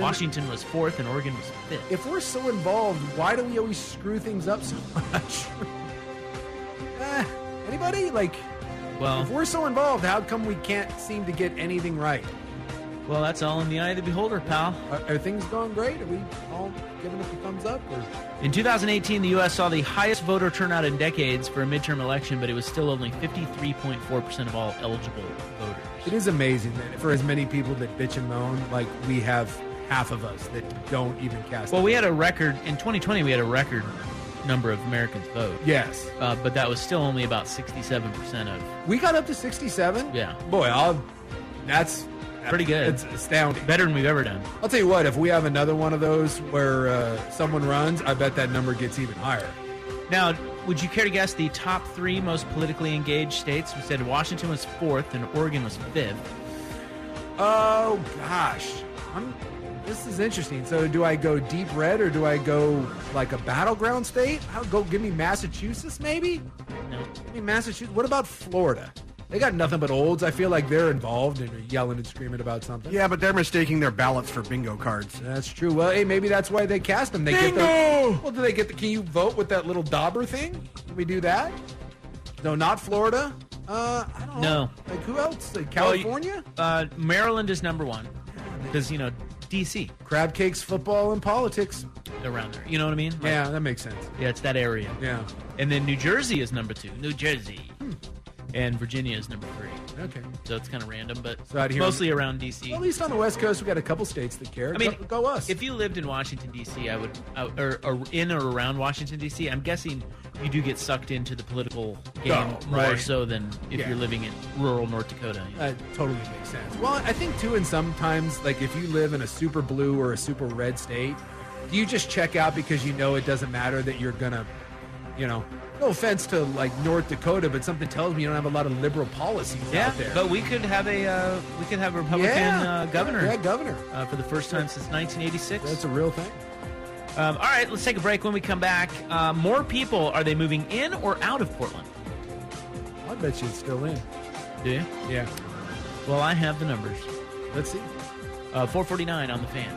Speaker 8: Washington was fourth, and Oregon was fifth.
Speaker 9: If we're so involved, why do we always screw things up so much? Eh, anybody? Like,
Speaker 8: Well-
Speaker 9: if we're so involved, how come we can't seem to get anything right?
Speaker 8: Well, that's all in the eye of the beholder, pal.
Speaker 9: Are, are things going great? Are we all giving us a thumbs up? Or
Speaker 8: In 2018, the U.S. saw the highest voter turnout in decades for a midterm election, but it was still only 53.4% of all eligible voters.
Speaker 9: it is amazing that for as many people that bitch and moan, like we have half of us that don't even cast.
Speaker 8: Well, we had a record in 2020. We had a record number of Americans vote.
Speaker 9: Yes.
Speaker 8: uh, but that was still only about 67 percent of.
Speaker 9: we got up to sixty-seven.
Speaker 8: Yeah.
Speaker 9: boy, I'll, that's
Speaker 8: Pretty good.
Speaker 9: It's astounding.
Speaker 8: Better than we've ever done.
Speaker 9: I'll tell you what, if we have another one of those where uh, someone runs, I bet that number gets even higher.
Speaker 8: Now, would you care to guess the top three most politically engaged states? We said Washington was fourth, and Oregon was fifth.
Speaker 9: Oh gosh, I'm, this is interesting. So, do I go deep red or do I go like a battleground state? I'll go give me Massachusetts, maybe.
Speaker 8: No.
Speaker 9: I mean, Massachusetts. What about Florida? They got nothing but olds. I feel like they're involved and are yelling and screaming about something.
Speaker 5: Yeah, but they're mistaking their ballots for bingo cards.
Speaker 9: That's true. Well, hey, maybe that's why they cast them. They get the, Well, do they get the? Can you vote with that little dauber thing? Can we do that? No, not Florida. Uh, I don't know.
Speaker 8: No.
Speaker 9: Like who else? Like California?
Speaker 8: Uh, Maryland is number one because you know D.C.
Speaker 9: Crab cakes, football, and politics.
Speaker 8: around there. You know what I mean? Like-
Speaker 9: yeah, that makes sense.
Speaker 8: Yeah, it's that area.
Speaker 9: Yeah. Hmm.
Speaker 8: And then New Jersey is number two. New Jersey. And Virginia is number three.
Speaker 9: Okay.
Speaker 8: So it's kind of random, but
Speaker 9: So out here-
Speaker 8: mostly around D.C.
Speaker 9: Well, at least on the West Coast, we got a couple states that care.
Speaker 8: I mean,
Speaker 9: go, go us.
Speaker 8: If you lived in Washington D.C., I would, I- or, or in or around Washington D.C., I'm guessing you do get sucked into the political game
Speaker 9: Oh,
Speaker 8: more
Speaker 9: right.
Speaker 8: so than if
Speaker 9: Yeah. Uh,
Speaker 8: you're living in rural North Dakota.
Speaker 9: That totally makes sense. Well, I think too, and sometimes like if you live in a super blue or a super red state, do you just check out because you know it doesn't matter that you're gonna, you know, no offense to like North Dakota, but something tells me you don't have a lot of liberal policies
Speaker 8: Yeah,
Speaker 9: out there.
Speaker 8: but we could have a uh, we could have a Republican
Speaker 9: Yeah.
Speaker 8: uh, governor
Speaker 9: Yeah, governor.
Speaker 8: uh, for the first time since 1986.
Speaker 9: That's a real thing.
Speaker 8: Um, all right, let's take a break. When we come back, uh, more people are they moving in or out of Portland?
Speaker 9: I bet you it's still in.
Speaker 8: Do you?
Speaker 9: Yeah.
Speaker 8: Well, I have the numbers.
Speaker 9: Let's see.
Speaker 8: Uh, 449 on the fan.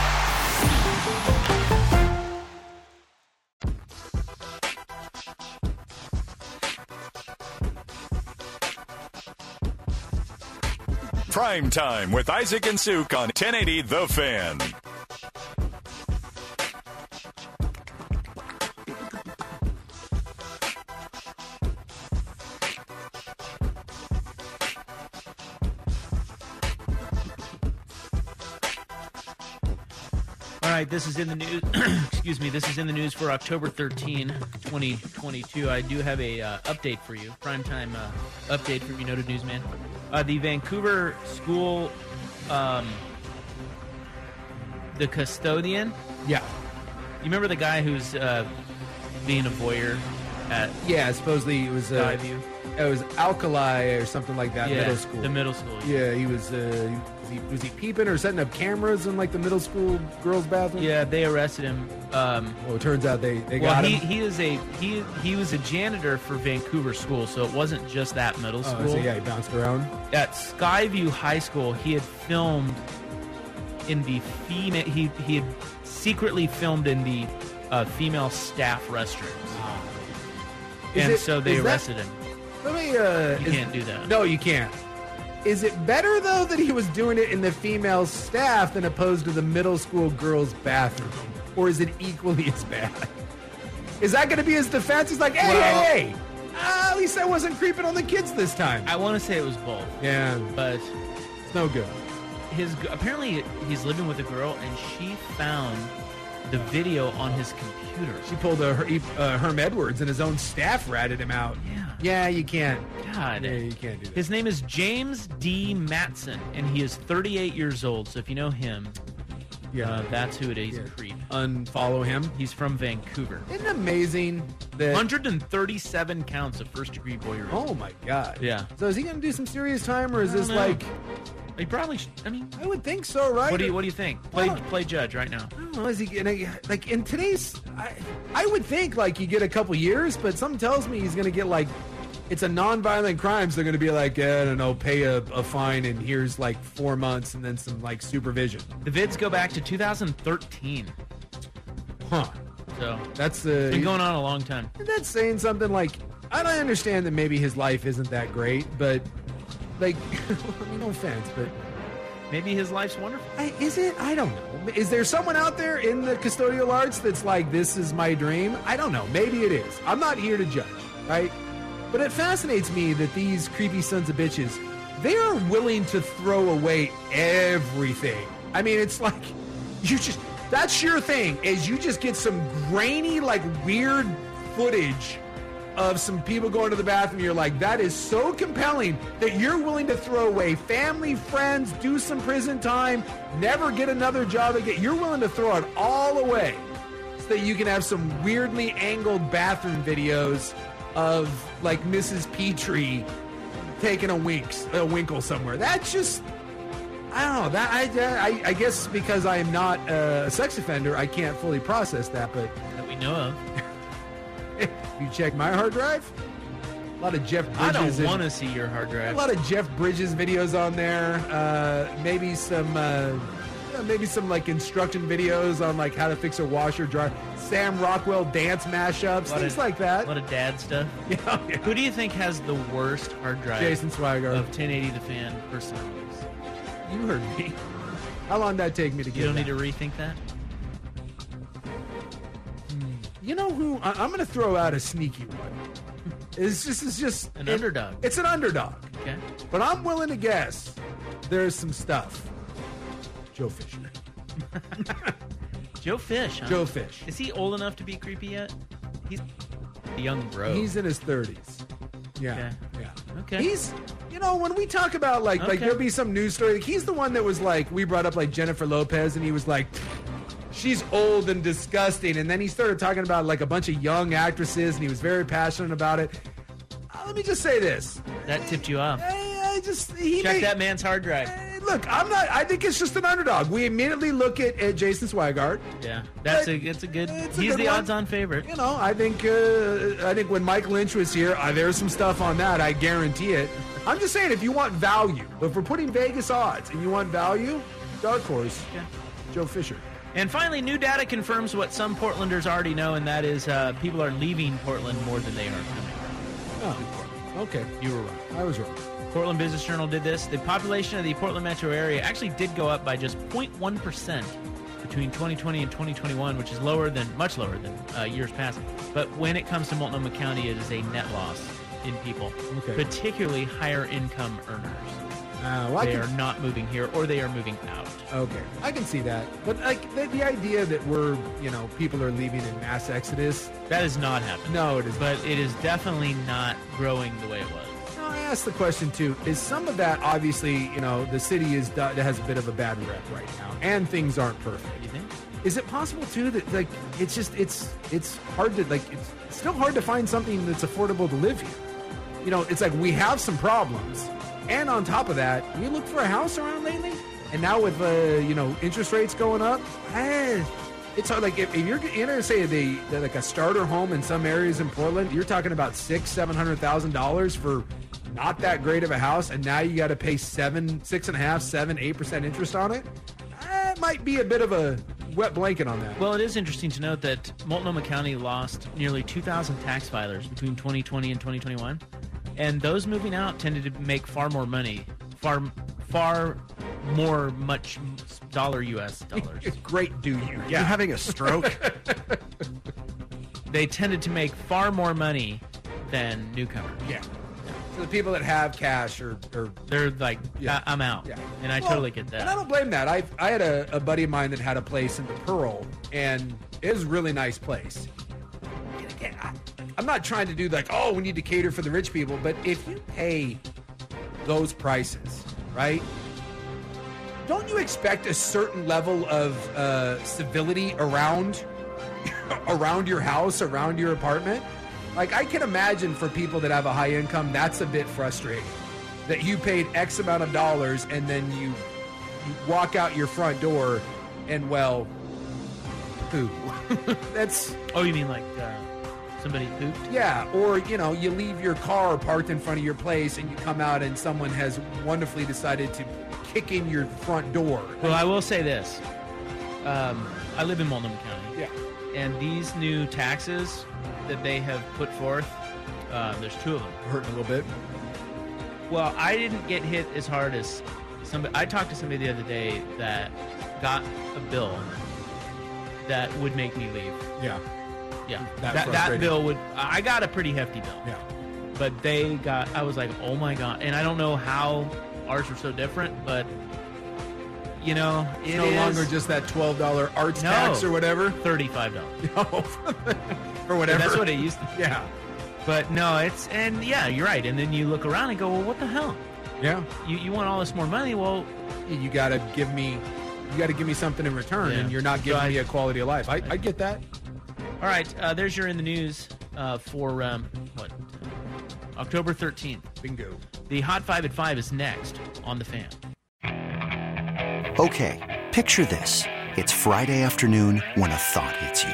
Speaker 2: Prime Time with Isaac and Suk on 1080 The Fan.
Speaker 8: All right, this is in the news. excuse me, this is in the news for October 13, 2022. I do have a uh, update for you, primetime uh, update from your noted newsman. Uh, the Vancouver school, um, the custodian.
Speaker 9: Yeah.
Speaker 8: You remember the guy who's uh, being a voyeur at?
Speaker 9: Yeah, supposedly it was. Uh,
Speaker 8: Skyview?
Speaker 9: it was Alkali or something like that.
Speaker 8: Yeah,
Speaker 9: middle school.
Speaker 8: the middle school,
Speaker 9: Yeah, he was. Uh, was, he, was he peeping or setting up cameras in like the middle school girls' bathroom?
Speaker 8: Yeah, they arrested him. Um,
Speaker 9: well, it turns out they they
Speaker 8: well,
Speaker 9: got
Speaker 8: he,
Speaker 9: him.
Speaker 8: he is a he he was a janitor for Vancouver school, so it wasn't just that middle
Speaker 9: Oh,
Speaker 8: school.
Speaker 9: so yeah, he bounced around.
Speaker 8: At Skyview High School, he had filmed in the female. He he had secretly filmed in the uh, female staff restrooms,
Speaker 9: Is
Speaker 8: and
Speaker 9: it-
Speaker 8: so they
Speaker 9: is that-
Speaker 8: arrested him.
Speaker 9: Let me. Uh,
Speaker 8: You
Speaker 9: is-
Speaker 8: can't do that.
Speaker 9: No, you can't. Is it better though that he was doing it in the female staff than opposed to the middle school girls' bathroom, or is it equally as bad? Is that going to be his defense? He's like, hey,
Speaker 8: Well-
Speaker 9: hey, hey. Uh, at least I wasn't creeping on the kids this time.
Speaker 8: I want to say it was both.
Speaker 9: Yeah.
Speaker 8: but
Speaker 9: it's no good.
Speaker 8: His g- apparently he's living with a girl, and she found the video on his computer.
Speaker 9: She pulled a, her, he- uh, Herm Edwards, and his own staff ratted him out.
Speaker 8: Yeah.
Speaker 9: Yeah, you can't.
Speaker 8: God.
Speaker 9: Yeah, you can't do that.
Speaker 8: His name is James D. Matson, and he is 38 years old. So if you know him,
Speaker 9: Yeah.
Speaker 8: uh, that's who it is. He's a creep.
Speaker 9: Unfollow him.
Speaker 8: He's from Vancouver.
Speaker 9: Isn't it amazing that?
Speaker 8: 137 counts of first degree voyeurism.
Speaker 9: Oh my god.
Speaker 8: Yeah.
Speaker 9: So is he going to do some serious time, or is
Speaker 8: I don't
Speaker 9: this
Speaker 8: know.
Speaker 9: like?
Speaker 8: He probably. Should, I mean,
Speaker 9: I would think so, right?
Speaker 8: what do you What do you think? Play
Speaker 9: Well-
Speaker 8: Play judge right now.
Speaker 9: I don't know, is he gonna like in today's? I, I would think like you get a couple years, but something tells me he's gonna get like it's a non-violent crime, so they're gonna be like eh, I don't know, pay a, a fine, and here's like four months, and then some like supervision.
Speaker 8: The vids go back to 2013.
Speaker 9: Huh?
Speaker 8: So
Speaker 9: That's
Speaker 8: it's
Speaker 9: uh,
Speaker 8: been going on a long time.
Speaker 9: That's saying something like I don't understand that maybe his life isn't that great, but like I mean, no offense, but
Speaker 8: Maybe his life's wonderful.
Speaker 9: I, is it? I don't know. Is there someone out there in the custodial arts that's like, this is my dream? I don't know. Maybe it is. I'm not here to judge, right? But it fascinates me that these creepy sons of bitches, they are willing to throw away everything. I mean, it's like, you just, that's your thing, is you just get some grainy, like weird footage of some people going to the bathroom, you're like, that is so compelling that you're willing to throw away family, friends, do some prison time, never get another job again. You're willing to throw it all away so that you can have some weirdly angled bathroom videos of like Mrs. Petrie taking a winks, a winkle somewhere. That's just. I don't know that I, I, I guess because I am not a sex offender, I can't fully process that. But
Speaker 8: That we know of.
Speaker 9: you check my hard drive, a lot of Jeff Bridges.
Speaker 8: I don't
Speaker 9: and-
Speaker 8: want to see your hard
Speaker 9: a
Speaker 8: drive.
Speaker 9: lot of Jeff Bridges videos on there. Uh, maybe some, uh, yeah, maybe some like instruction videos on like how to fix a washer dryer. Sam Rockwell dance mashups,
Speaker 8: Lot
Speaker 9: things
Speaker 8: of-
Speaker 9: like that.
Speaker 8: A Oh, lot of dad stuff. Who do you think has the worst hard drive?
Speaker 9: Jason Swigart.
Speaker 8: of 1080 the fan personalities.
Speaker 9: You heard me. How long did that take me to
Speaker 8: You
Speaker 9: get?
Speaker 8: don't need
Speaker 9: that?
Speaker 8: to rethink that.
Speaker 9: You know who? I, I'm going to throw out a sneaky one. It's just, it's just
Speaker 8: An
Speaker 9: it-
Speaker 8: underdog.
Speaker 9: It's an underdog,
Speaker 8: Okay.
Speaker 9: but I'm willing to guess there's some stuff. Joe Fisher.
Speaker 8: Joe Fish. Huh?
Speaker 9: Joe Fish.
Speaker 8: Is he old enough to be creepy yet? He's The young bro.
Speaker 9: He's in his thirties. Yeah.
Speaker 8: Okay.
Speaker 9: Yeah.
Speaker 8: Okay.
Speaker 9: He's you know, when we talk about like like
Speaker 8: Okay.
Speaker 9: there'll be some news story, like he's the one that was like we brought up like Jennifer Lopez and he was like she's old and disgusting and then he started talking about like a bunch of young actresses and he was very passionate about it. Uh, let me just say this.
Speaker 8: That tipped you off.
Speaker 9: I, I just he
Speaker 8: Check
Speaker 9: may-
Speaker 8: that man's hard drive.
Speaker 9: Look, I'm not I think it's just an underdog. We immediately look at, at Jason Swigart.
Speaker 8: Yeah, that's a it's a good.
Speaker 9: It's a
Speaker 8: he's
Speaker 9: good
Speaker 8: the
Speaker 9: one.
Speaker 8: odds-on favorite.
Speaker 9: You know, I think uh, I think when Mike Lynch was here, uh, there's some stuff on that. I guarantee it. I'm just saying, if you want value, if we're putting Vegas odds and you want value, dark horse, Joe Fisher.
Speaker 8: And finally, new data confirms what some Portlanders already know, and that is uh, people are leaving Portland more than they are coming.
Speaker 9: Oh, okay,
Speaker 8: you were wrong.
Speaker 9: I was wrong.
Speaker 8: Portland Business Journal did this. The population of the Portland metro area actually did go up by just 0.1 percent between 2020 and 2021, which is lower than much lower than uh, years past. But when it comes to Multnomah County, it is a net loss in people,
Speaker 9: Okay.
Speaker 8: particularly higher income earners.
Speaker 9: Uh, well, I
Speaker 8: they
Speaker 9: can-
Speaker 8: are not moving here, or they are moving out.
Speaker 9: Okay, I can see that. But like the, the idea that we're you know people are leaving in mass exodus.
Speaker 8: That is not happening.
Speaker 9: No, it is.
Speaker 8: But it is definitely not growing the way it was.
Speaker 9: Now, I asked the question too: Is some of that obviously you know the city is do- has a bit of a bad rep right now, and things aren't perfect.
Speaker 8: You think?
Speaker 9: Is it possible too that like it's just it's it's hard to like it's, it's still hard to find something that's affordable to live here? You know, it's like we have some problems, and on top of that, we look for a house around lately, and now with uh, you know interest rates going up, eh, it's hard. Like if, if you're entering say the, the like a starter home in some areas in Portland, you're talking about six seven hundred thousand dollars for not that great of a house, and now you got to pay seven six and a half seven eight percent interest on Eh, it. That might be a bit of a wet blanket on that.
Speaker 8: Well, it is interesting to note that Multnomah County lost nearly 2,000 tax filers between 2020 and 2021, and those moving out tended to make far more money, far, far more much dollar U.S. dollars.
Speaker 9: Great, do you?
Speaker 8: Yeah.
Speaker 5: You having a stroke?
Speaker 8: they tended to make far more money than newcomers.
Speaker 9: Yeah. So the people that have cash are, are
Speaker 8: they're like,
Speaker 9: yeah.
Speaker 8: I- I'm out,
Speaker 9: Yeah.
Speaker 8: and I
Speaker 9: Well,
Speaker 8: totally get that.
Speaker 9: And I don't blame that. I I had a, a buddy of mine that had a place in the Pearl, and it was a really nice place. And again, I, I'm not trying to do like, oh, we need to cater for the rich people, but if you pay those prices, right? Don't you expect a certain level of uh, civility around around your house, around your apartment? Like I can imagine for people that have a high income, that's a bit frustrating. That you paid X amount of dollars and then you, you walk out your front door and well, poo. that's
Speaker 8: oh, you mean like uh, somebody pooped?
Speaker 9: yeah, or you know, you leave your car parked in front of your place and you come out and someone has wonderfully decided to kick in your front door.
Speaker 8: Well, I will say this. Um, I live in Multnomah County.
Speaker 9: Yeah.
Speaker 8: And these new taxes that they have put forth, uh, there's two of them.
Speaker 9: Hurt a little bit.
Speaker 8: Well, I didn't get hit as hard as somebody. I talked to somebody the other day that got a bill that would make me leave.
Speaker 9: Yeah.
Speaker 8: Yeah.
Speaker 9: That
Speaker 8: That, that
Speaker 9: frustrating.
Speaker 8: bill would. I I got a pretty hefty bill.
Speaker 9: Yeah.
Speaker 8: But they got. I was like, oh my God. And I don't know how ours were so different, but. You know,
Speaker 9: It's
Speaker 8: it
Speaker 9: no
Speaker 8: is-
Speaker 9: longer just that twelve dollar arts
Speaker 8: No.
Speaker 9: tax or whatever.
Speaker 8: Thirty-five dollars.
Speaker 9: No, or whatever.
Speaker 8: That's what it used to.
Speaker 9: be. Yeah.
Speaker 8: But no, it's and yeah, you're right. And then you look around and go, well, what the hell?
Speaker 9: Yeah.
Speaker 8: You you want all this more money? Well,
Speaker 9: You gotta give me, you gotta give me something in return,
Speaker 8: Yeah.
Speaker 9: and you're not giving
Speaker 8: So I-
Speaker 9: me a quality of life. I, I get that.
Speaker 8: all right. Uh, there's your in the news uh, for um, what October 13th.
Speaker 9: Bingo.
Speaker 8: The Hot Five at Five is next on the fan.
Speaker 11: Okay, picture this. It's Friday afternoon when a thought hits you.